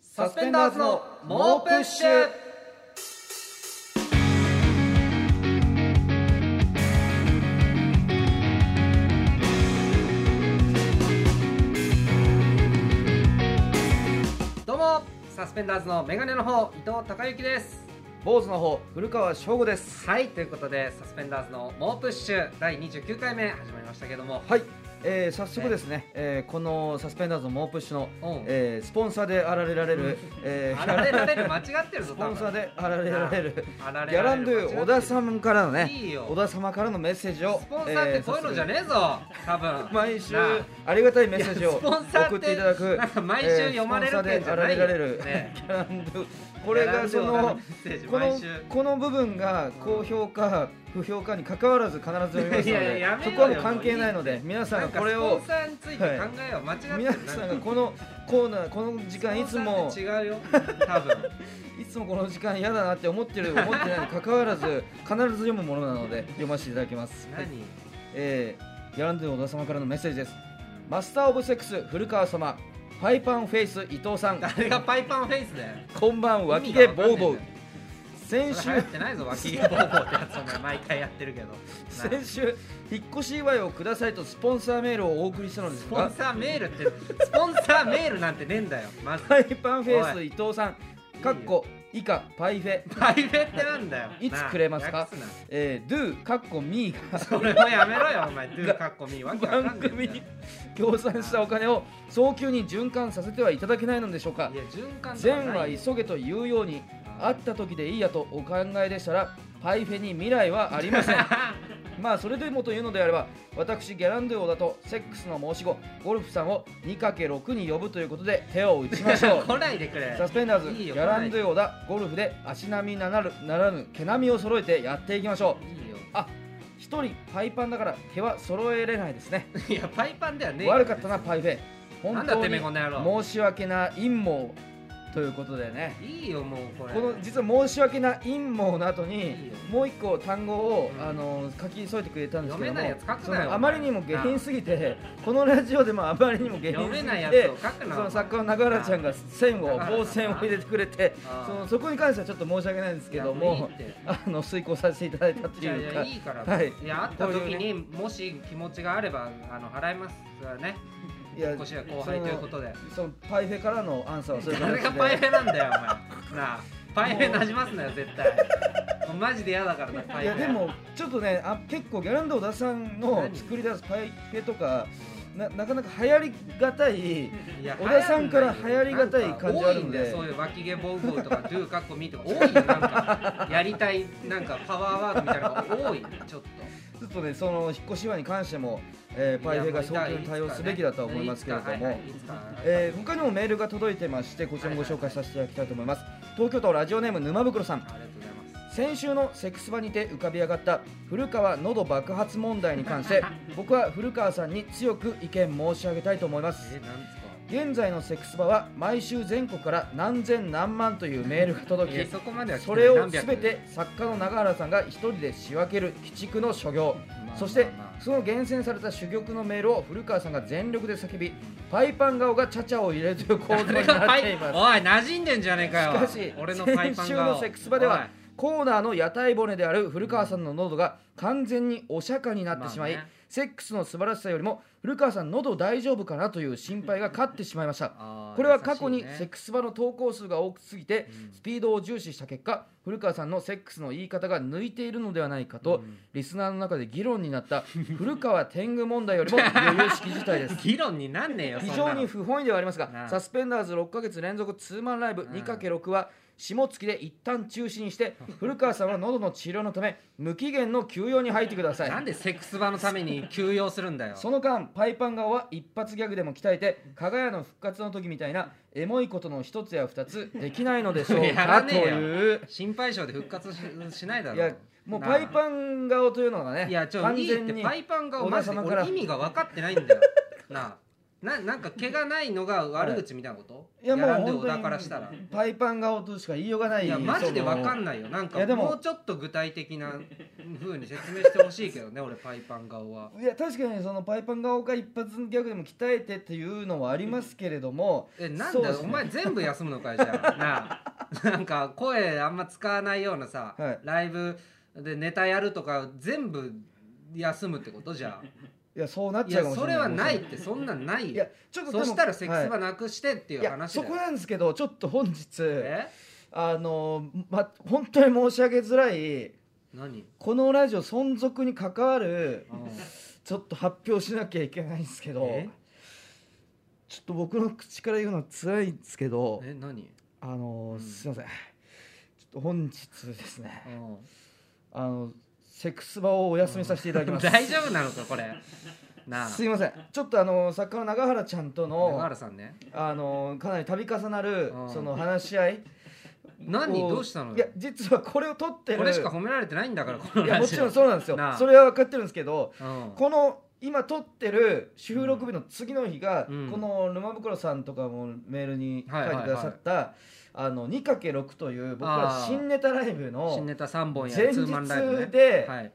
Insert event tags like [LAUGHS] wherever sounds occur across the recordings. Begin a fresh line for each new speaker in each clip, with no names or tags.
サスペンダーズの猛プッシュどうもサスペンダーズのメガネの方伊藤孝之です
坊主の方古川翔吾です
はいということでサスペンダーズの猛プッシュ第29回目始まりましたけども
はい、えー、早速ですね、えーこのサスペンダーズの猛プッシュの、
うん
えースポンサーであられられる、えー
あられられる間違ってる
[LAUGHS]
ぞ
スポンサーで
あ
あられられるギ
あられ
ャランドゥ小田さ
ん
んからのね
いいよ
小田様からのメッセージを
スポンサーってこういうのじゃねえぞ多分
えー毎週
なあ
ありがたいメッセージを
いやスポンサーって
送っていただく
なんか毎週
えー
読まれるってんじ
スポンサー
ゃないよ
であられられる、
ね
ギャランドゥこれがそ
ギャランドゥ小田
の
メッセージ
こ
毎
の
週
この部分が高評価、不評価に関わらず必ず読みますので
いやいややめよ
そう
よ
こはもう関係ないので皆さ
なんんか
これ
スポ
を
ンサーについて考えよう間違って
皆さんがこのコーナーこの時間いつも
違うよ多分
[LAUGHS] いつもこの時間嫌だなって思ってる思ってないに関わらず必ず読むものなので読ませていただきます、はい
何
えー、ギャランドゥ小田様からのメッセージですマスター・オブ・セックス古川様パイパンフェイス伊藤さん
誰がパイパンフェイスだよ
こんばん脇毛ボーボ
意味がわ
ー
かんねえん
先週
だよそれ流行ってないぞ脇毛ボーボーってやつお前毎回やってるけど
先週引っ越し祝いをくださいとスポンサーメールをお送りしたので
ス
す
ポン
が
サーメールってスポンサーメールなんてねえんだよまず
パイパンフェ
お
イス伊藤さんかっこ以下パイフェ
パイフェってなんだよ
いつくれます
なあ
か
訳すな
えー、do かっこ me
[LAUGHS]
が
それもやめろよお前ドゥーカッコミーわけわ
番
かんないんだ
組
よ
に協賛したお金を早急に循環させてはいただけないのでしょうか
いや循環とかない
善は急げというように
あ
会った時でいいやとお考えでしたらパイフェに未来はありません
[LAUGHS]
まあそれでもというのであれば私ギャランドゥオだとセックスの申し子ゴルフさんを 2×6 に呼ぶということで手を打ちましょう
[LAUGHS] 来ないでくれ
サスペンダーズ
いい
ギ
よ
ャランドゥオだゴルフで足並みならぬならぬ毛並みを揃えてやっていきましょう
いいよ
あ一人パイパンだから毛は揃えれないですね
いやパイパンではねえよ
悪かったなパイフェ
な
本
んだ
当
てめえこの野郎
に申し訳な陰謀ということでね
いいよもうこれ
この実は申し訳な陰謀の後に
いいよ
もう一個単語を、
うん
あの書き添えてくれたんですけども
読めないやつ書くなよ
その
お前
あまりにも下品すぎてこのラジオでもあまりにも下品
読
すぎ
めないや
て
つを書くな
その作家の永原ちゃんが線を
永原
棒線を入れてくれて
ああ
そのそこに関してはちょっと申し訳ないんですけど
いやも
も
ういいって
あの遂行させていただいたと
いやい
いう
や
か
いいから、
はい
いや会った時
こう
にもし気持ちがあればあの払いますからね
いや
引っ越しは後輩ということで
そのパイフェからのアンサーはそういう
誰が
形
パイフ
で
ェなんだよお前なあパイフェなじますなよ絶対もうマジで嫌だからなパイ
い
フ
や
ェ
でもちょっとねあ結構ギャランド小田さんの
何
作り出すパイフェとかななかなか流行りがたい
いや
小田さんから流行りがたい感じあるんで
なんか多いんだよそういう脇毛ボウボウとかドゥーカッコミーとか多いよなんかやりたいなんかパワーワードみたいなのが多いちょっと
ちょっとねその引っ越し祝いに関しても、えーパイフェが早急に対応すべきだとは思いますけれども、
いつかはいはいいつか
えー他にもメールが届いてましてこちらもご紹介させていただきたいと思います、東京都ラジオネーム沼袋さん
ありがとうございます
先週のセックス場にて浮かび上がった古川喉爆発問題に関
[LAUGHS]
して僕は古川さんに強く意見申し上げたいと思います
えなんですか
現在のセックス場は毎週全国から何千何万というメールが届
いや
き
そこまでは来て
そ
ない
れを
何百
全て作家の永原さんが一人で仕分ける鬼畜の所業
まあ
そして
まあまあ
その厳選された珠玉のメールを古川さんが全力で叫びパイパン顔がチャチャを入れるという構図に
誰が
な
パ
ってい
イ
ます
おい馴染んでんじゃねえかよ
しかし
俺のパイパ
先
ン
週
が
のセックス場ではコーナーの屋台骨である古川さんの喉が完全にお釈迦になってしまい、
まあね
セックスの素晴らしさよりも古川さん喉大丈夫かなという心配が勝ってしまいましたこれは過去にセッ
ク
クス場の投稿数が多すぎて
うん
スピードを重視した結果古川さんのセックスの言い方が抜いているのではないかとリスナーの中で議論になった古川天狗問題よりも余裕式事態です
議論になんねえよ
非常に不本意ではあります
なあ
がサスペンダーズ6ヶ月連続ツーマンライブ
うん
2×6 は下月で一旦中止に
[LAUGHS]
して古川さんは喉の治療のため無期限の休養に入ってください
なんでセックス場のために休養するんだよ
その間パイパン顔は一発ギャグでも鍛えて加賀屋の復活の時みたいなエモいことの一つや二つできないのでしょう
[LAUGHS] やら
か
ね
と
えよ
いう
心配性で復活ししないだろ
いやもうパイ
ン
パン顔というのがね
いやちょ
完
いい
全
って
に
パイパンがマジ
小
で
田様から
俺意味が分かってないんだよなあななんか毛がないのが悪口みたいなこと
いいやもう
やらんで
本当に
だからしたら
パイパン顔としか言いようがない
いやマジでわ
な
か
い
んないよなん
い
か
やでも
もうちょっと具体的な風に説明してほしいけ
[LAUGHS]
どね俺パイパン顔はい
や確かにそのパイパン顔が一発ギャグでも鍛えてっていうのはありますけれども
えなん
そう
だ
で
よ、
すね
お前全部休むのかいじゃ
[LAUGHS]
あなあなんか声あんま使わないようなさ、
はい
ライブでネタやるとか全部休むってことじゃ
いや [LAUGHS] そうな
あ
っ
い
ちゃう
や
かもし
そ
れない
れはないってそんなんない
い
よ
やちょっとでも
そしたらセックス
は
はなくしてってい
いうや
話
そ
だよ、
こなんですけどちょっと本日
え
あのま本当に申し上げづらい
何、
このラジオ存続に関わる
うん
ちょっと発表しなきゃいけないんですけど
え
ちょっと僕の口から言うのは辛いんですけど
え何、
あの、
うん
すいませんちょっと本日ですね
うん
あのセックス場をお休みさせていただき
[LAUGHS]
ます、
大丈夫なのかこれなあ
すいませんちょっとあの作家の永原ちゃんと
永
の
原さんね
あのかなり度重なる
うん
その話し合い
何
を
どうしたのよ
いや実はこれを撮ってる
これしか褒められてないんだからこの
いや
ラジオ
もちろんそうなんですよ
なあ
それは分かってるんですけど
うん
この今撮ってる収録日の次の日が、
うん
この沼袋さんとかもメールに書いて
はいはいはい
くださった、あの 2×6 という僕ら
あー
新ネタライブの
新ネタ3本や
前
ツーマンライブ
日
ね
で、
はい、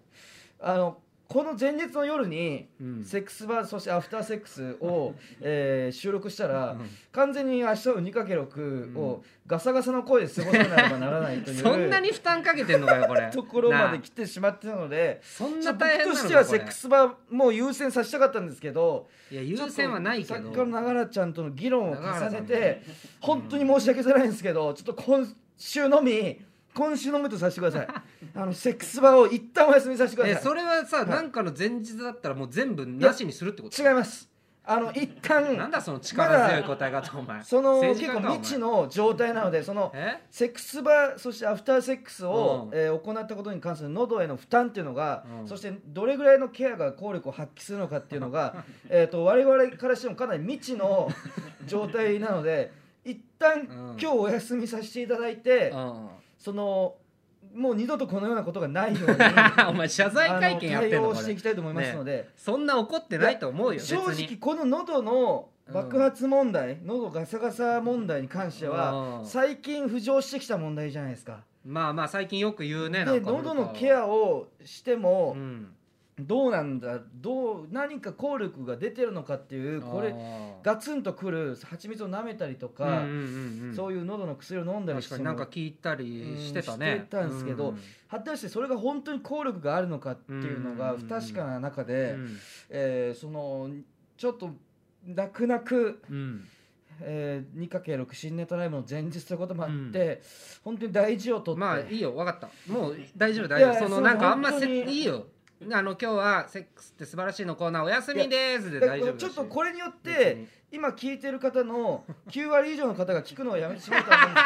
あのこの前日の夜に、
うん
セックスバーそしてアフターセックスを、えー収録したら、
うん
完全に明日の 2×6 をガサガサの声で過ごさなければならないという
そんなに負担かけてんのかよこれ
ところまで
なあ
来てしまってたので。
そん
ちょ
な
僕
大変な
と
のか
しては
こ
セ
れ
ックスバーもう優先させたかったんですけど
いや優先はないけ
ちょ
ど
っと作家の長良ちゃんとの議論を重ね
永
て本当に申し訳ないんですけどちょっと今週のみ今週のみとさせてくだ
[LAUGHS]
さいあのセックスバーを一旦お休みさせてく
え
ださ
それはさ、なんかの前日だったらもう全部なしにするってこと
い違いますあの一
なん
旦
だその力強い答え方お前
その
政治
結
家
構
か
未知の状態なのでその
お前え
セックスバーそしてアフターセックスを、
うん
えー行ったことに関する喉への負担っていうのが、
うん
そしてどれぐらいのケアが効力を発揮するのかっていうの
[LAUGHS]
がえーと我々からしてもかなり未知の状態なので一旦、
う
今
ん
日お休みさせていただいて、
うん、 [LAUGHS]
そのもう二度とこのようなことがないよ
[LAUGHS]
うに
お前謝罪会見やってん
あ
の
の対応
こ
してい
れ
きたいと思いますので、
そんな怒ってないと思うよ別
正
に
直この喉の爆発問題、喉ガサガサ問題に関しては、
うん
最近浮上してきた問題じゃないですか。
まあまあ最近よく言うねな
で
んか
喉のケアをして
を
も
うん、
どうなんだどう何か効力が出てるのかっていうこれ
が
ガツンとくる蜂蜜を舐めたりと
うん
か、
うんうんうん、
そういう喉の薬を飲んだり
確
して
か
も
になんか聞いたりしてたね、
うんしてたんですけど
うん
果たしてそれが本当に効力があるのかっていうのが
うん
不確かな中
う
で、
ん
えーそのちょっと泣く泣く、
うん
えー、2×6 新ネタライブの前日ということもあって、本当に大事をとって、
まあいいよ分かったもう大丈夫大
い
丈
や
夫
そ
その
う
なんかあんませ
本当に
いいよあの今日は「セックスって素晴らしい」のコーナーお休みですで
だか
大丈
ら
夫
ちょっと
れ
これによって今聞いてる方の9割以上の方が聞くのをやめてしまったんで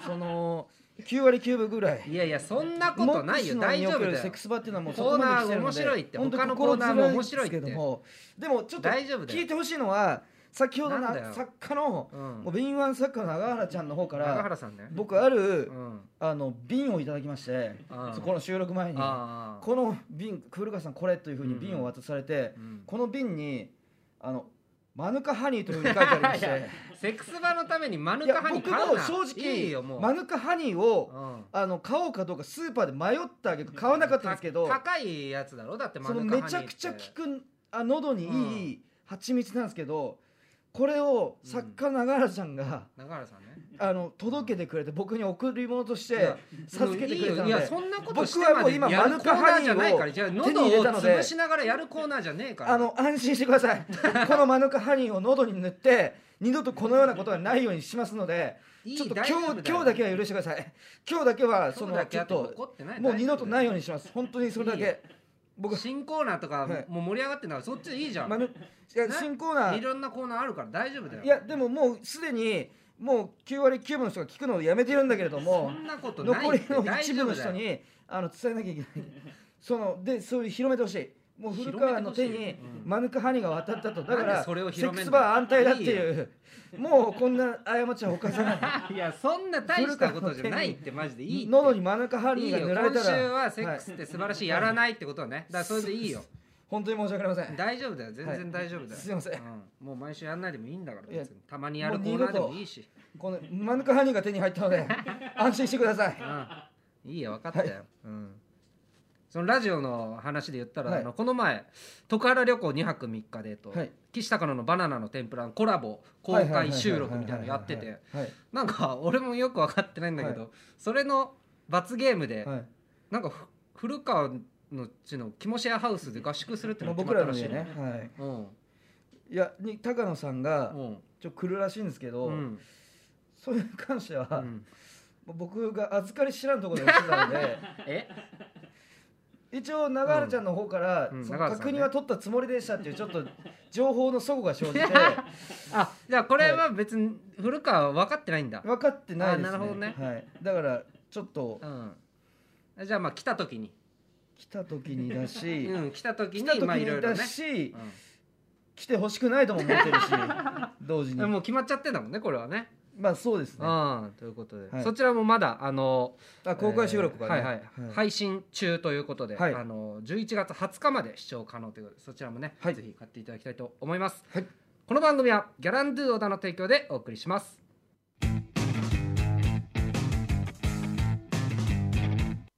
すけどもその9割9分ぐらい
いやいやそんなことないよ
モックスの
大
に
丈
おけ
夫
る
だ
セッ
よ
クスバーっていうのはもうそこまで来てるので
コーナー面白いって
本当
他の
心
コーナーも
辛い
面白いって
ですけどもでもちょっと
大丈夫だ
聞い
よ、
てほしいのは先ほどの
なんだよ
作家の
うん
もう敏腕作家の永原ちゃんの方か
中
ら
原さんね
僕あ
う
る
ん
あの瓶をいただきまして
あー
そこの収録前に
あー
この瓶古川さんこれというふうに瓶を渡されて、
うん
この瓶にあのマヌカハニーというふうに書いてありまし
[LAUGHS] いやい
て
セックス場のためにマ
い
ヌ
や
カハニー
僕
買う
も
な
正直
いいよもう、
マヌカハニーを
うん
あの買おうかどうかスーパーで迷った挙句買わなかったんですけど
た高いやつだろだってマ
その
ヌカハニー
め
って
ちゃくちゃ効くあ喉にいい蜂蜜なんですけどこれを作家の永原ちゃんが、
中原さんね
あの届けてくれて僕に贈り物とし
い
て
や
授けてくれたの
いやいや
で
そんなことし
僕
て
は
ま
もう
で
今
や
マ
る
ヌ
コー
カ
ナ
ハ
ー
ニ
じゃない
ー
から
を
じゃあ
手に
喉
入れ
を
たので
潰しながらやるコーナーじゃねえから
あの安心してくださいこのマヌカハニーを喉に塗って二度とこのようなことがないようにしますので
いい
ちょっと今
大
日
丈夫だよ
今日だけは許してください [LAUGHS] 今日だけはそ
今
の
日だけ
ちょ
や
っ
っても怒
と
ってない
もう二度とないよ
う
うにします本当にそれだ
いいよ
け僕は
新コーナーとか
はい
もう盛り上がってんだからそっちでいいじゃん、
マヌいや
ね
新コーナ
い
ー
ろんなコーナーあるから大丈夫だよ
いやでももうすでにもう9割9分の人が聞くのをやめているんだけれど
そ
も
んなことない
残りの
大
一
丈
部
夫
の人
だよ
にあの伝えなきゃいけ [LAUGHS] ないそのでそういう広めてほしいもう古川の手
広め
に
てほしいうん
マヌカハニが渡ったとだか
なん
ら
で
セ
それを広
ッ
めん
クス
だよ
バー安泰だっていうもうこんな過ちは犯さない
いやそんな大したことじゃないってマジでいいって
喉にマヌカハ
い
ニ
い
が
よ
塗られ
今
た
週
ら
はセックスって素晴らしいやらないってことはねだからそれでいいよ
本当に申し訳ありません
大丈夫だよ全然大丈夫だよ、
すいません
うん、もう毎週やんないでもいいんだから
いや
別にたまにやるコーナーでもいいし、
このマヌカハニーが手に入ったの
[LAUGHS]
で安心してください
うん、いいよ分かったよ、うんそのラジオの話で言ったら、
はい
あのこの前徳原旅行2泊3日でと、
はい
岸高野のバナナの天ぷらのコラボ公開収録みたいなのやってて
はい
なんか俺もよく分かってないんだけど、それの罰ゲームで、
はい
なんかふ古川のちのキモシェアハウスで合宿するって
ま
の
あ
が決
僕
まっ
ら
た
の家
らし
ね
いね、
はい
うん
いやに高野さんが
うん
ちょっと来るらしいんですけど、
うん
それに関しては、
うん
僕が預かり知らんところでやってたの
[LAUGHS]
で
え
一応永原ちゃんの方から、
うんうん
その
永原さん
確
ね
認は取ったつもりでしたっていうちょっと情報の齟齬が
[LAUGHS]
生じて
あじゃあこれは別に古川は分かってないんだ、
分かってないですね
あなるほどね
はい、だからちょっと
うん、じゃあまあ来た時に、
来た時にだし、
うん、来た時
来た
に
時
まあいろ
に
いろ
だ
ね、
し、来てほしくないとも思って [LAUGHS] るし同時
うん、
に
もう決まっちゃってんだもんねこれはね
まあそうですね
うんということで、
はい
そちらもまだあの
あ公開収録
えー
が
は
ね、
いはい、配信中ということで、
はい
あの11月20日まで視聴可能ということでそちらもね、
はい
ぜひ買っていただきたいと思います、
はい
この番組はギャランドゥ小田の提供でお送りします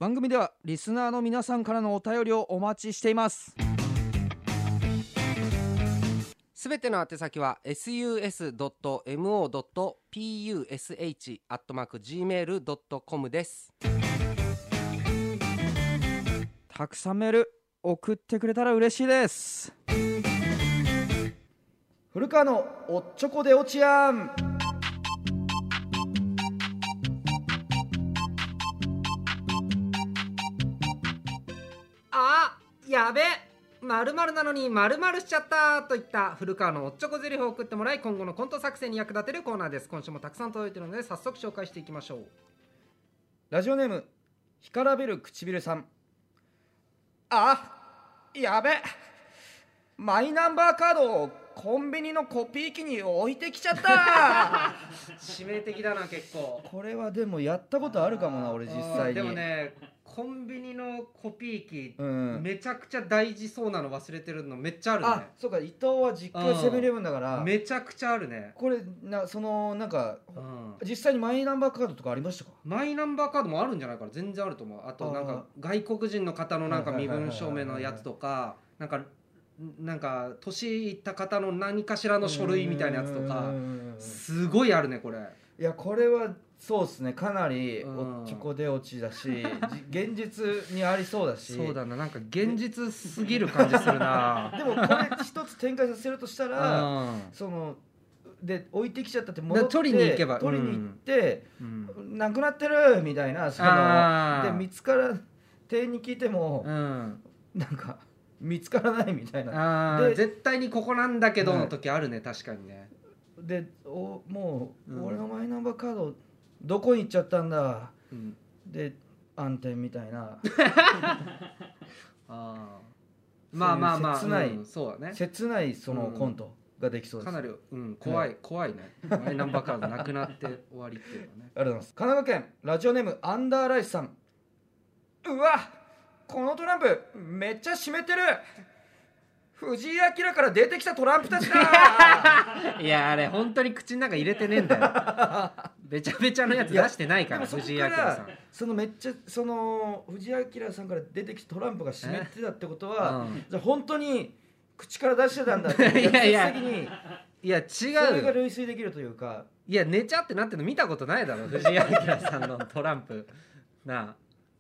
番組ではリスナーの皆さんからのお便りをお待ちしています
すべての宛先は sus.mo.push.gmail.com です。
たくさんメール送ってくれたら嬉しいです古川のおっちょこでおちやん
あーやべまるなのにまるしちゃったといった古川のおっちょこゼリフを送ってもらい今後のコント作戦に役立てるコーナーです今週もたくさん届いてるので早速紹介していきましょう
ラジオネーム干からべる唇さんあやべマイナンバーカードをコンビニのコピー機に置いてきちゃった
致命的だな結構
これはでもやったことあるかもな俺実際に
でもねコンビニのコピー機、
うん
めちゃくちゃ大事そうなの忘れてるのめっちゃあ
あ
る
そうか伊藤は実家がセブンイレブンだから
ねめちゃくちゃあるね、
これなそのなんか
うん、
実際にマイナンバーカードとかありましたか
マイナンバーカードもあるんじゃないから全然あると思うあとなんか外国人の方のなんか身分証明のやつとかなんかなんか年いった方の何かしらの書類みたいなやつと
う
か
んうんうんうん
すごいあるねこれ
いやこれはそうですねかなり
うん
おっちょこで落ちだし、じ現実にありそうだし
そうだななんか現実すぎる感じするな
[LAUGHS] でもこれ一つ展開させるとした
う
ら
ん
そので置いてきちゃったって戻って
取りに行けば
取りに行って、
うん
なくなってるみたいなそ
あー
ので見つから店員に聞いても
う、ん
なんか見つからないみたいな
あ
で
ー絶対にここなんだけどの時あるね確かにね
でおもう、
うん
俺のマイナンバーカードどこに行っちゃったんだ
うん
で暗転みたいな
あーまあまあまあ
切ない
うんそうだね
切ないその
うん
コントができそうです、
かな
あり
り、うん、怖い怖いねマイナンバーカードなくなって終わりっていうのはね
がとうございます神奈川県ラジオネームアンダーライスさんうわこのトランプめっちゃ湿ってる藤井明から出てきたトランプたち
[LAUGHS]
だ
いやあれ本当に口の中入れてねえんだよ [LAUGHS] べちゃべちゃのやつ出してないか
でも
ら
そこ
藤井
か
明さ
らそのめっちゃその藤井明さんから出てきたトランプが湿ってたってことは、
ん、うん
じゃあ本当に口から出してたんだっていう
[LAUGHS] いやいや
逆説的に
いや違
それ
う
が
よ
類推できるというか
いや寝ちゃってなってんの見たことないだろ藤井明さんのトランプなあ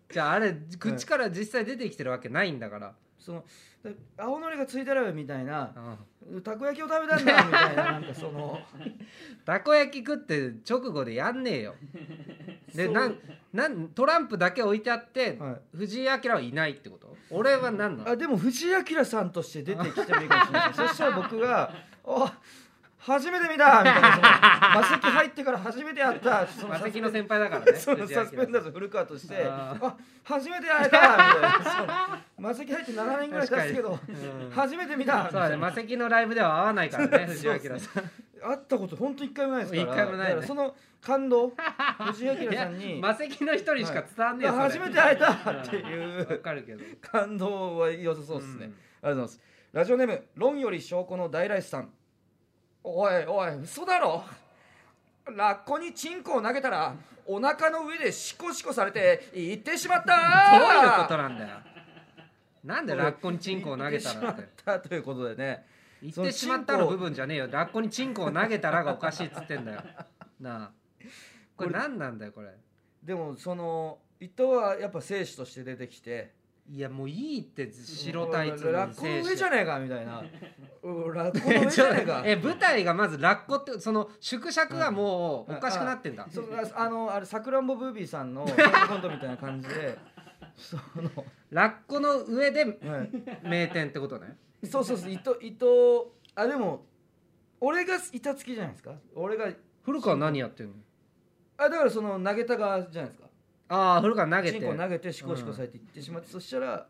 じゃああれ口から実際出てきてるわけないんだから、
そのだ青のりがついてるみたいな
うん、
たこ焼きを食べたんだみたいななんかそ
[LAUGHS]
の
たこ焼き食って直後でやんねえ
[LAUGHS]
よで
そう
なんなんトランプだけ置いてあって、
はい
藤井明はいないってこと俺は何なの
あでも藤井明さんとして出てきてもいいかもしれないですそしたら僕が「あ初めて見た!」みたいなその魔石入ってから初めて会ったそ
マ
サ
セ
スペ
キ
ン
の先輩だからね
その
藤井明
サスペンダーズ古川として「
あ
あ初めて会えた!」みたいなそう魔石入って7年ぐらい経つけど
確かにうん
初めて見たみ
そう
た
だ
い
ね
な
魔石のライブでは会わないからね
そう
藤井明さん
会ったこと本当一回もないですから
一回もな
だ
いね
からその感動藤井明さん
い [LAUGHS]
に、
や魔石の一人しか伝わんねえよ、
初めて会えたってい
わ
う
かるけど
感動は良さそうですね、ありがとうございますラジオネーム論より証拠の大来さんおいおい嘘だろラッコにチンコを投げたらお腹の上でシコシコされて行ってしまった
うんどういうことなんだよなんでラッコにチンコを投げたらって
たということでね
言っ
その
てしまったの部分じゃねえよラッコにチンコを投げたらがおかしいっつってんだよなあこれ何なんだよこれ
でもその伊藤はやっぱ生死として出てきて
いやもういいって白タイツ
ラッコの上じゃねえかみ
[LAUGHS]
たいなうんラッコの上じ
ちょ
ゃねえか
え舞台がまずラッコってその縮尺がもうおかしくなってんだ、
そあのあれさくらんぼブービーさん
[LAUGHS]
のコントみたいな感じでその
ラッコの上で
はい
名店ってことね
そうそうそう伊藤伊藤あでも俺が板付きじゃないですか俺が
古川何やってんの
あだからその投げた側じゃないですか
ああ古川投げ
チ
て
ンコを投げてシコシコされていってしまって、そしたら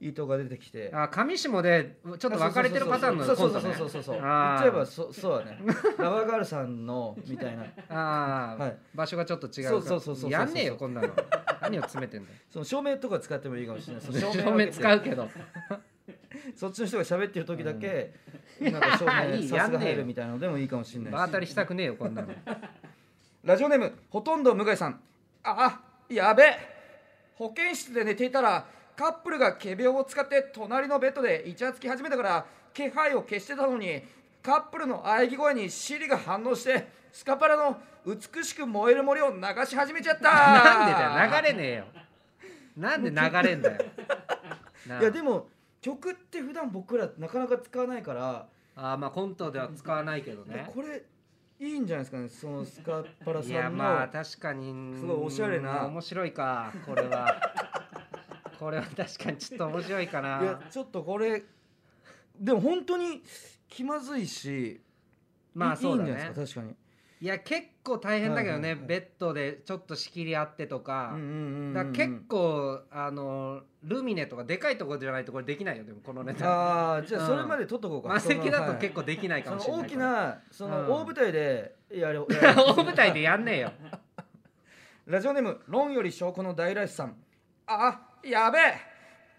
伊藤が出てきて
あー上下でちょっと分かれてるパターンの
そう
コ
そ
ン
うそ
ト
うそうそうそ
ね
うそう言
あー
っちゃえばそそうだねラバーガールさんのみたいな
ああ、
はい
場所がちょっと違うから
そうそうそうそう
やんねえよこんなの何を詰めてんだよ
その照明とか使ってもいいかもしれないその
[LAUGHS] 照
を開
明
けて
使うけど
そっちの人が喋ってる時だけ、なんか照
い
明
[LAUGHS] い
さ
や
す
ん
が
ねえよ
入るみたいなのでもいいかもしれないし
場当たりしたくねえよこんなの
ラジオネームほとんど向井さんああやべ保健室で寝ていたらカップルが仮病を使って隣のベッドでイチャつき始めたから気配を消してたのにカップルの喘ぎ声にシリが反応してスカパラの美しく燃える森を流し始めちゃった
なんで
れ
だよ流れねえよなんで流れんだよなあ
いやでも曲って普段僕らなかなか使わないから、
あーまあコントでは使わないけどね
これいいんじゃないですかねそのスカパラ
い
さ
や
んの
まあ確かに
すごいおしゃれな
面白いかこれはこれは確かにちょっと面白いか
いや
な
ちょっとこれでも本当に気まずいし
まあそうだ
いいんじゃな
ね
いですか確か
いや結構大変だけど
はい
ね
はいはい
ベッドでちょっと仕切りあってとか
に、うんうんうんうん
だから結構あのルミネとかでかいとこじゃないとこれできないよでもこのネタ
ああじゃあそれまで取っとこうか、
マセキだと結
構
構できないかもし
そ
れ
の
な
大
い
き
から
なその
うん
大舞台でやれ
[LAUGHS] 大舞台でやんねえよ
ラジオネーム「論より証拠の大来さん」あやべえ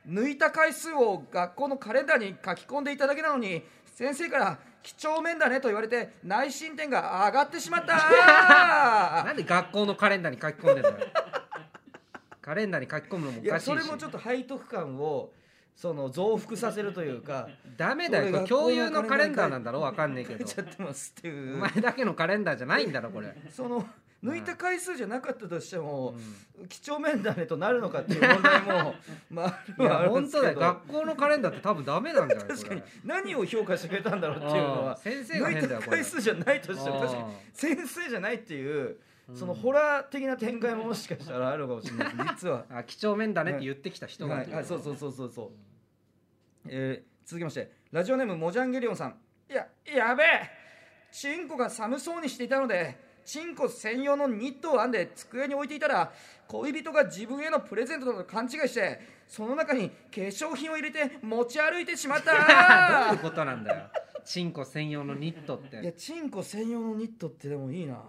抜いた回数を学校のカレンダーに書き込んでいただけなのに先生から「几帳面だね」と言われて内申点が上がってしまった
[LAUGHS] なんで学校のカレンダーに書き込んでんだよカレンダーに書き込むのもお
い
か
や
しいし
それもちょっと背徳感をその増幅させると
[LAUGHS]
いうか
ダメだよこれ共有のカレンダーなんだろわかんねえけど
ちゃってますって
お
いう
前だけのカレンダーじゃないんだろ
[LAUGHS]
これ、
その抜いた回数じゃなかったとしても
う
几帳面だねとなるのかっていう問題
[LAUGHS]
もまああ
ん、い
るはあ
や
るん
本
です
当
け
だよ
ど
学校のカレンダーって多分ダメなんじゃない
確かに
こ
何を評価してくれたんだろうって
れ
いうの
あ
は
ー先生が
抜
変
い
だ
た
よこれ
回数じゃないとしても確か
あ
に
ー
先生じゃないっていうその
うん
ホラー的な展開ももしかしたらあるかもしれないです実は
あ几帳面だねって言ってきた人が、
はいはいそうそうそうそうそう、えー続きましてラジオネームモジャンゲリオンさんいややべえチンコが寒そうにしていたのでチンコ専用のニットを編んで机に置いていたら恋人が自分へのプレゼントだと勘違いしてその中に化粧品を入れて持ち歩いてしまっ
[LAUGHS] どうい
た
うことなんだよチンコ専用のニットっ
いや
て
チンコ専用のニットってでもいいな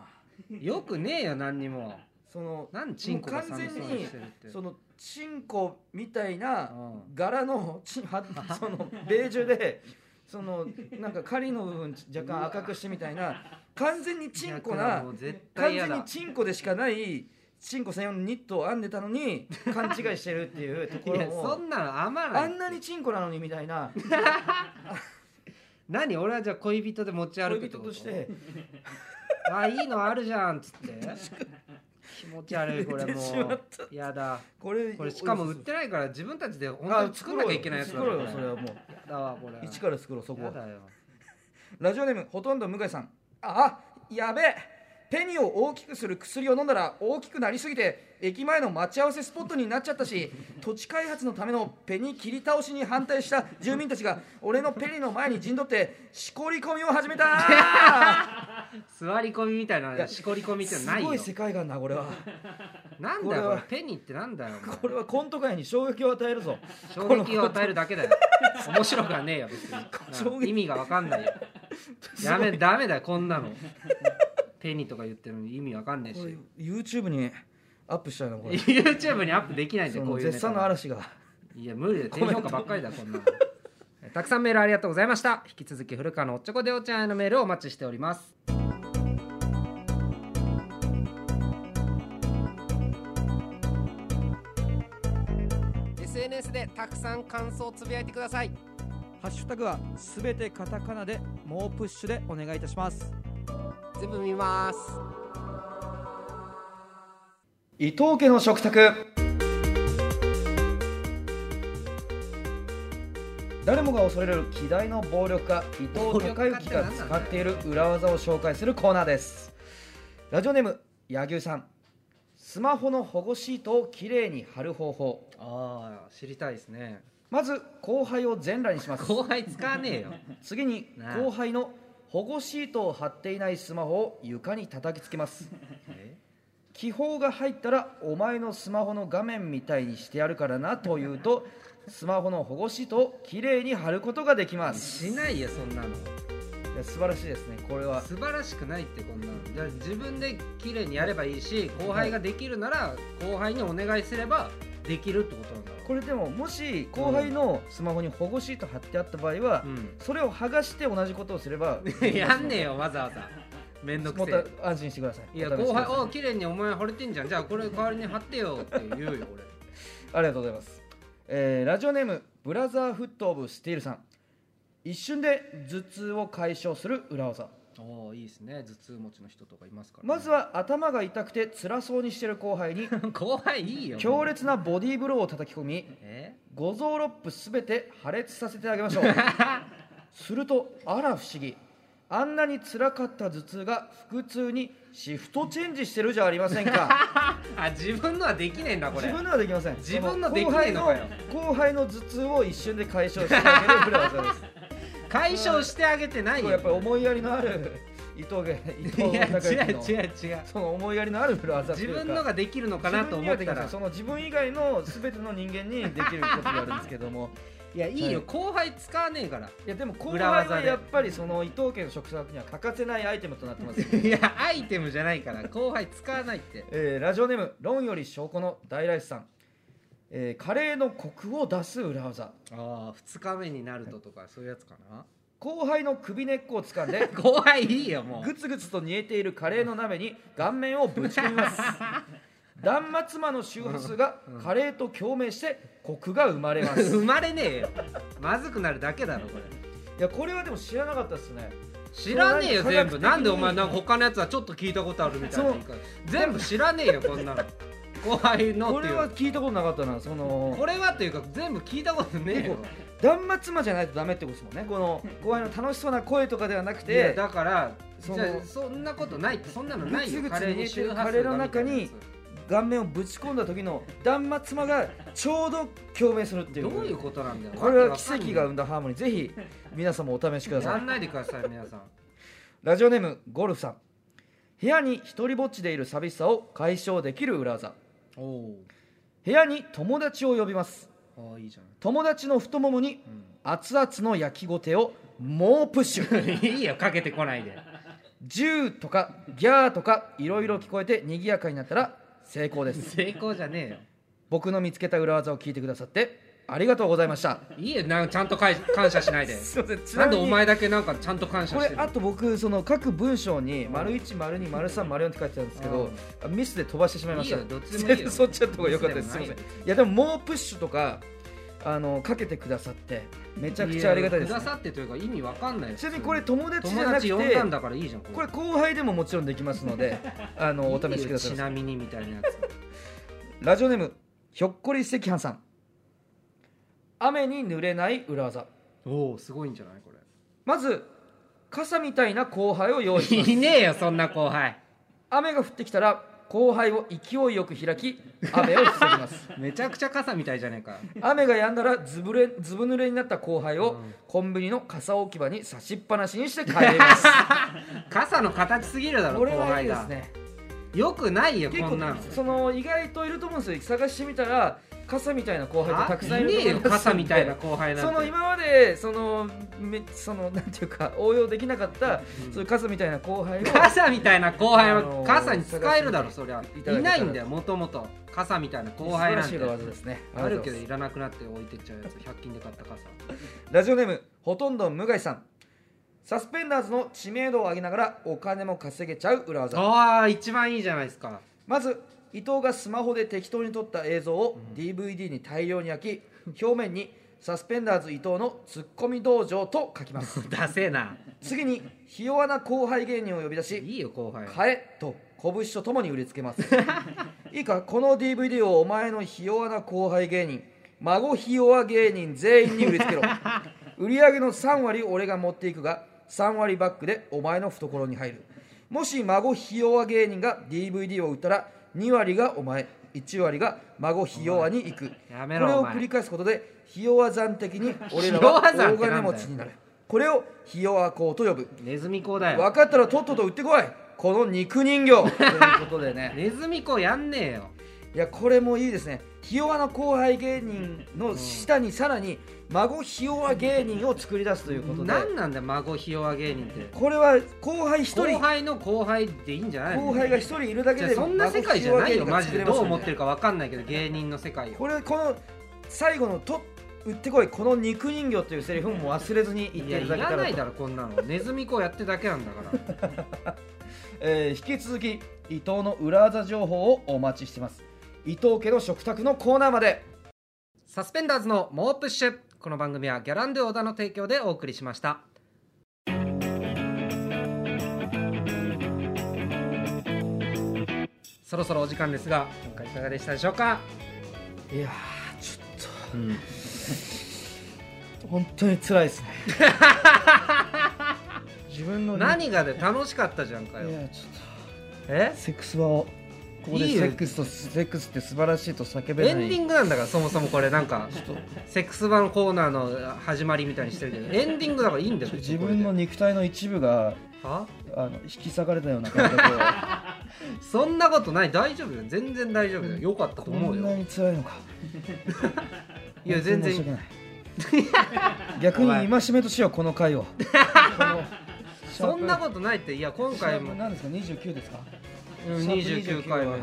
よくねえよ何にも
その
何チンコが寒そう
もう完全
に
に
してるって
そのチンコみたいな
うん
柄のチンはそのベージュでそのなんか狩りの部分若干赤くしてみたいな完全にチンコ
いやこれは
な
もう絶
完
対嫌
全に
だ
チンコでしかないチンコ専用のニットを編んでたのに勘違いしてるっていうと
い
ころ
やそ
も
んなのあまない
あんなにチンコなのにみたいな
何俺はじゃあ恋人で持ち歩
恋
くって
人
こと
として
あいいのあるじゃんっつって気持ち悪いこれも
入れてしまっ
うやだ
これ
これしかも売ってないから自分たちで本当に作んなきゃいけないやつだ
作ろうよそれはも
やだわこれ
う一から作ろうそこ
や
は。
だよ
ラジオネームほとんど向井さんあやべえペニを大きくする薬を飲んだら大きくなりすぎて駅前の待ち合わせスポットになっちゃったし土地開発のためのペニ切り倒しに反対した住民たちが俺のペニの前に陣取ってしこり込みを始め
[LAUGHS]
た
座り込みみたいない
や
しこり込みって
す
のはない
ごい
よ
世界観だこれは
なんだ
これ
よこ
は
れペニってなんだよお前
これはコント界に衝撃を与えるぞ
衝 [LAUGHS] 撃を与えるだけだよ面白くはねえよ別に
衝
うん
撃
意味がわかんないよやめダメだよこんなのペニーとか言ってるのに意味わかんねえ
これ
し
YouTube にアップしたいなこれ
YouTube にアップできないんだ
そ
よこ
の
ういう
絶
ネタ
賛の嵐が
いや無理だよ
コメン
低
ト
評価ばっかりだよこんなのえたくさんメールありがとうございました引き続き古川のおっちょこでおちゃんへのメールをお待ちしております
イ SNS でたくさん感想をつぶやいてください
ハッシュタグはすべてカタカナで猛プッシュでお願いいたします
全部見ます
伊藤家の食卓誰もが恐れる希代の暴力家伊藤孝之が使っている裏技を紹介するコーナーですラジオネーム柳生さんスマホの保護シートをきれいに貼る方法
ああ知りたいですね
まず後輩を全裸にします
後輩使わねえよ
次に
なあ
後輩の保護シートを貼っていないスマホを床に叩きつけます気泡が入ったらお前のスマホの画面みたいにしてやるからなと言うとスマホの保護シートをきれいに貼ることができます
しないよそんなの
いや素晴らしいですねこれは
素晴らしくないってこんなのじゃあ自分で綺麗にやればいいし後輩ができるなら後輩にお願いすればできるってことなんだろ
これでももし後輩のスマホに保護シート貼ってあった場合は、それを剥がして同じことをすれば
う、うん、やんねえよわざわざめんど
も
く
っ
せえ
と安心してください
いや
お試しくだ
後輩
さい
お綺麗にお前腫れてんじゃんじゃあこれ代わりに貼ってよって言うよこれ
ありがとうございます、えーラジオネームブラザーフットオブスティールさん一瞬で頭痛を解消する裏技
おおいいですね頭痛持ちの人とかいますからね、
まずは頭が痛くて辛そうにしてる後輩に
[LAUGHS] 後輩いいよ
強烈なボディーブローを叩き込み
え
五臓六腑すべて破裂させてあげましょ
[LAUGHS]
うするとあら不思議あんなに辛かった頭痛が腹痛にシフトチェンジしてるじゃありません
[LAUGHS]
か
あ自分のはできねえんだこ
自
れ
分のはできません
自分のできねえのかよ
その後輩の後輩の頭痛を一瞬で解消してあげる裏技です
解消してあげて [LAUGHS] ない
すごいや
よ
っぱり思いやりのある伊藤家伊
い
藤
や
孝之
違
の
う違う違う
その思いやりのある裏技とい
自
うか
分のができるのかなと思った
自分にはできませ
ら
んその自分以外の全ての人間にできることがあるんですけども
いやいい
はい
よ後輩使わね
[LAUGHS]
えから
いやでも後
裏
輩
技
は
で
やっぱりその伊藤家の食卓には欠かせないアイテムとなってます、
[LAUGHS] いやアイテムじゃないから後輩使わないって
えーラジオネーム論より証拠の大来さん、えーカレーのコクを出す裏技
ああ2日目になるととかそういうやつかな
後輩の首根っこを掴ん
[LAUGHS]
で
後輩いいよも
グツグツと煮えているカレーの鍋に顔面をぶち込みます
[LAUGHS]
断末魔の周波数がカレーと共鳴してコクが生まれま
う [LAUGHS]
す
生まれねえよまずくなるだけだろこれ
いやこれはでも知らなかったですね
知らねえよ
それ
全部
科学的に
なんでお前なんか他のやつはちょっと聞いたことあるみたいな言い方全部知らねえよこんなの後輩の
こ
って
れ
いう
は聞いたことなかったなその
これはというか全部聞いたことねえよ
断末魔じゃないとダメってことですもんねこ
[LAUGHS]
の後輩の楽しそうな声とかではなく
いや
て
だから
そ
そ
の
じゃあそんなことないってそんなのないよ
ぐつぐつ
カレーに周波
カレ
数
ーの
がみ
中
たいな
に
やつ
顔面をぶち込んだ時の断末魔がちょうど共鳴するっていう
どういうことなんだよ
これは奇跡が生んだハーモニーぜひ皆さんもお試しくださ [LAUGHS]
や
い
んないでください皆さん
ラジオネームゴルフさん部屋に一人ぼっちでいる寂しさを解消できる裏技
おお
部屋に友達を呼びます
ああいいじゃ
友達の太ももに熱々の焼きごてを猛プッシュ
ない [LAUGHS] いいよかけてこないで
ジューとかギャーとかいろいろ聞こえて賑やかになったら成功です
成功じゃね
僕の見つけた裏技を聞いてくださってありがとうございました
えよいいよなんかちゃんとかい感謝しない
[LAUGHS]
で
すいませんち
なんでお前だけなんかちゃんと感謝
こ
して
れ
る
あと僕その各文章に丸一丸二丸三丸四って書いてたんですけどミスで飛ばしてしまいました
いいよどっちでもいいよ
そっちだった方が良かったですすいませんいやでももうプッシュとかあのかけてくださってめちゃくちゃありがたいです
や
ね
くださってというか意味わかんないよ
ちなみにこれ友達じ
友
ゃなく
達
て
呼んだんだからいいじゃん
これ後輩でももちろんできますの
[LAUGHS]
であのお試しくださ
いいよち
い
なみにみたいなやつ
ラジオネームひょっこり赤飯さん雨に濡れない裏技
おおすごいんじゃないこれ
まず傘みたいな後輩を用意します
[LAUGHS] いねえよそんな後輩
雨が降ってきたら後輩を勢いよく開き雨を防ぎます
[LAUGHS] めちゃくちゃ傘みたいじゃねえか
雨が止んだらずぶれずぶ濡れになった後輩をコンビニの傘置き場に差
[LAUGHS]
しっぱなしにして帰ります
傘の形すぎるだろ
これ
後
はいい
輩
で
が
すね
よくないよ
結
こんなの
構その意外といると思うんですよ探してみたら傘みたいな後輩ってたくさんい
あ
る
ね
と思
えよ
います
傘みたいな後輩なんて
その今までそのめそのなんていうか応用できなかった
うん
そういう傘みたいな後輩を
傘みたいな後輩
あの
は
ー
傘に使えるだろ
探し
そりゃ
いただけたら
いないんだよもともと傘みたいな後輩なん
素
て
晴らしい技ですね
あ
あ
るけ
りがとうございま
ど
す
いらなくなって置いてっちゃうやつ100均で買った傘
ラジオネームほとんど無害さんサスペンダーズの知名度を上げながらお金も稼げちゃう裏技
ああ一番いいじゃないで
[LAUGHS]
すか
まず伊藤がスマホで適当に撮った映像を DVD に大量に焼き、表面に「サスペンダーズ伊藤のツッコミ道場」と書きます
ダセえな
次にひ弱な後輩芸人を呼び出
[LAUGHS] い
し
いよ後輩
買えと拳とともに売りつけ
[LAUGHS]
ますいいかこの DVD をお前のひ弱な後輩芸人孫ひ弱芸人全員に売りつ
[LAUGHS]
けろ売り上げの3割俺が持っていくが3割バックでお前の懐に入るもし孫ひ弱芸人が DVD を売ったら2割がお前1割が孫ひ弱に行く
やめろ
これ
お
を
前
繰り返すことでひ弱山的に俺らは
ひ弱山
大金
ってなんだよ
持ちになるこれをひ弱校と呼ぶ
ネズミ
[LAUGHS]
子だよ
分かったらとっとと売ってこいこの肉人形ということでね
ネズミ子やんねえよ
いやこれもいいですねひ弱な後輩芸人の下にさらに孫ひ弱芸人を作り出すということで
何なんだよ孫ひ弱芸人って
これは後輩1人
後輩の後輩でいいんじゃないの
後輩が1人いるだけ
じゃあ
で
そんな世界じゃないよ
孫
マ
ひ弱
ジ
芸
で
人が
どう
作れ
思
ます
ってるかわかんないけど芸人の世界を
これこの最後のと売ってこいこの肉人形というセリフも忘れずに言っ
い
て
や
い
い
ただけた
ら
ら
な
と
いだろこんなのネズミ子やってだけなんだ
[LAUGHS]
から
えー引き続き伊藤の裏技情報をお待ちしてます伊藤家の食卓のコーナーまで
サスペンダーズの猛プッシュこの番組はギャランドゥ小田の提供でお送りしましたそろそろお時間ですが今回いかがでしたでしょうか、
いやーちょっと本当に辛い
[LAUGHS]
ですね自分の
何がで楽しかったじゃんか
い
よ
やちょ
え
っとセックス場をここで
いい
い
よ
セックスとセックスって素晴らしいと叫べな
エ
い
ンディングなんだからそもそもこれなんか
ちょっ
セックス版コーナーの始まりみたいにしてるけどエンディングだからいいんだよ
と自分の肉体の一部が
は
あの引き裂かれたような感覚で
そんなことない大丈夫よ全然大丈夫よよかったと
こ
[LAUGHS] 思うん
な
よ
に辛いのか
[LAUGHS] いや全然
本当に申し訳ない逆に戒めとしようこの回
[LAUGHS]
をこのシャープ
そんなことないっていや今回
シ
も
ャープ何ですか29ですか
うん29回目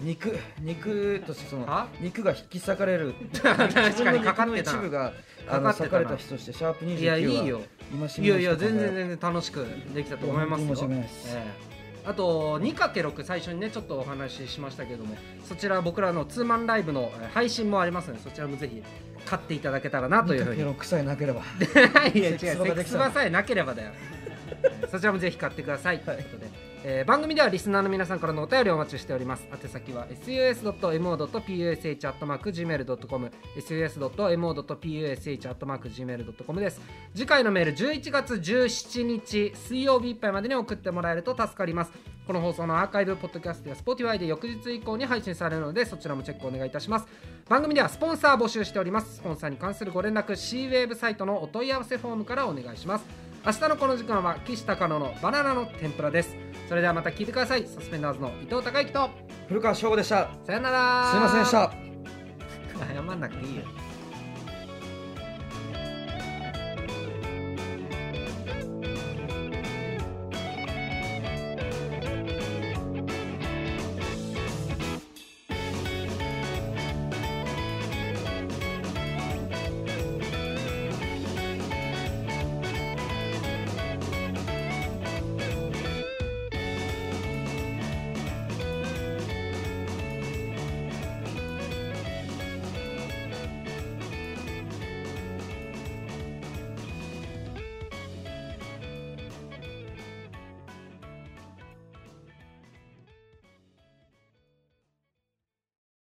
肉肉としてその
は
肉が引き裂かれる
確かにかかってた
自分の肉の一部があ
か
の
かってたな
裂かれた人としてシャープ29はい
やいい
戒め
よいや
と
い
し
や
た考え
全然全然楽しくできたと思いますよ
いや本当に申し訳ないです
ええあと 2×6 最初にねちょっとお話ししましたけどもそちら僕らのツーマンライブのえー配信もありますのでそちらもぜひ買っていただけたらなというふうに
肉臭いなければ
[LAUGHS] いや違う
セ
セ
ックス場が
ッ
で
ク
き
ス
たら
場さえなければだ
[LAUGHS]
よそちらもぜひ買ってください、
はい
ということで、えー番組ではリスナーの皆さんからのお便りをお待ちしております宛先は sus.mo.push.gmail.com sus.mo.push.gmail.com です次回のメール11月17日水曜日いっぱいまでに送ってもらえると助かりますこの放送のアーカイブポッドキャストや Spotify で翌日以降に配信されるのでそちらもチェックお願いいたします番組ではスポンサー募集しておりますスポンサーに関するご連絡 C ウェーブサイトのお問い合わせフォームからお願いします明日のこの時間は岸高野のバナナの天ぷらですそれではまた聞いてくださいサスペンダーズの伊藤孝之と
古川翔吾でした
さよなら
すいませんでした
[LAUGHS] 謝んなくていいよ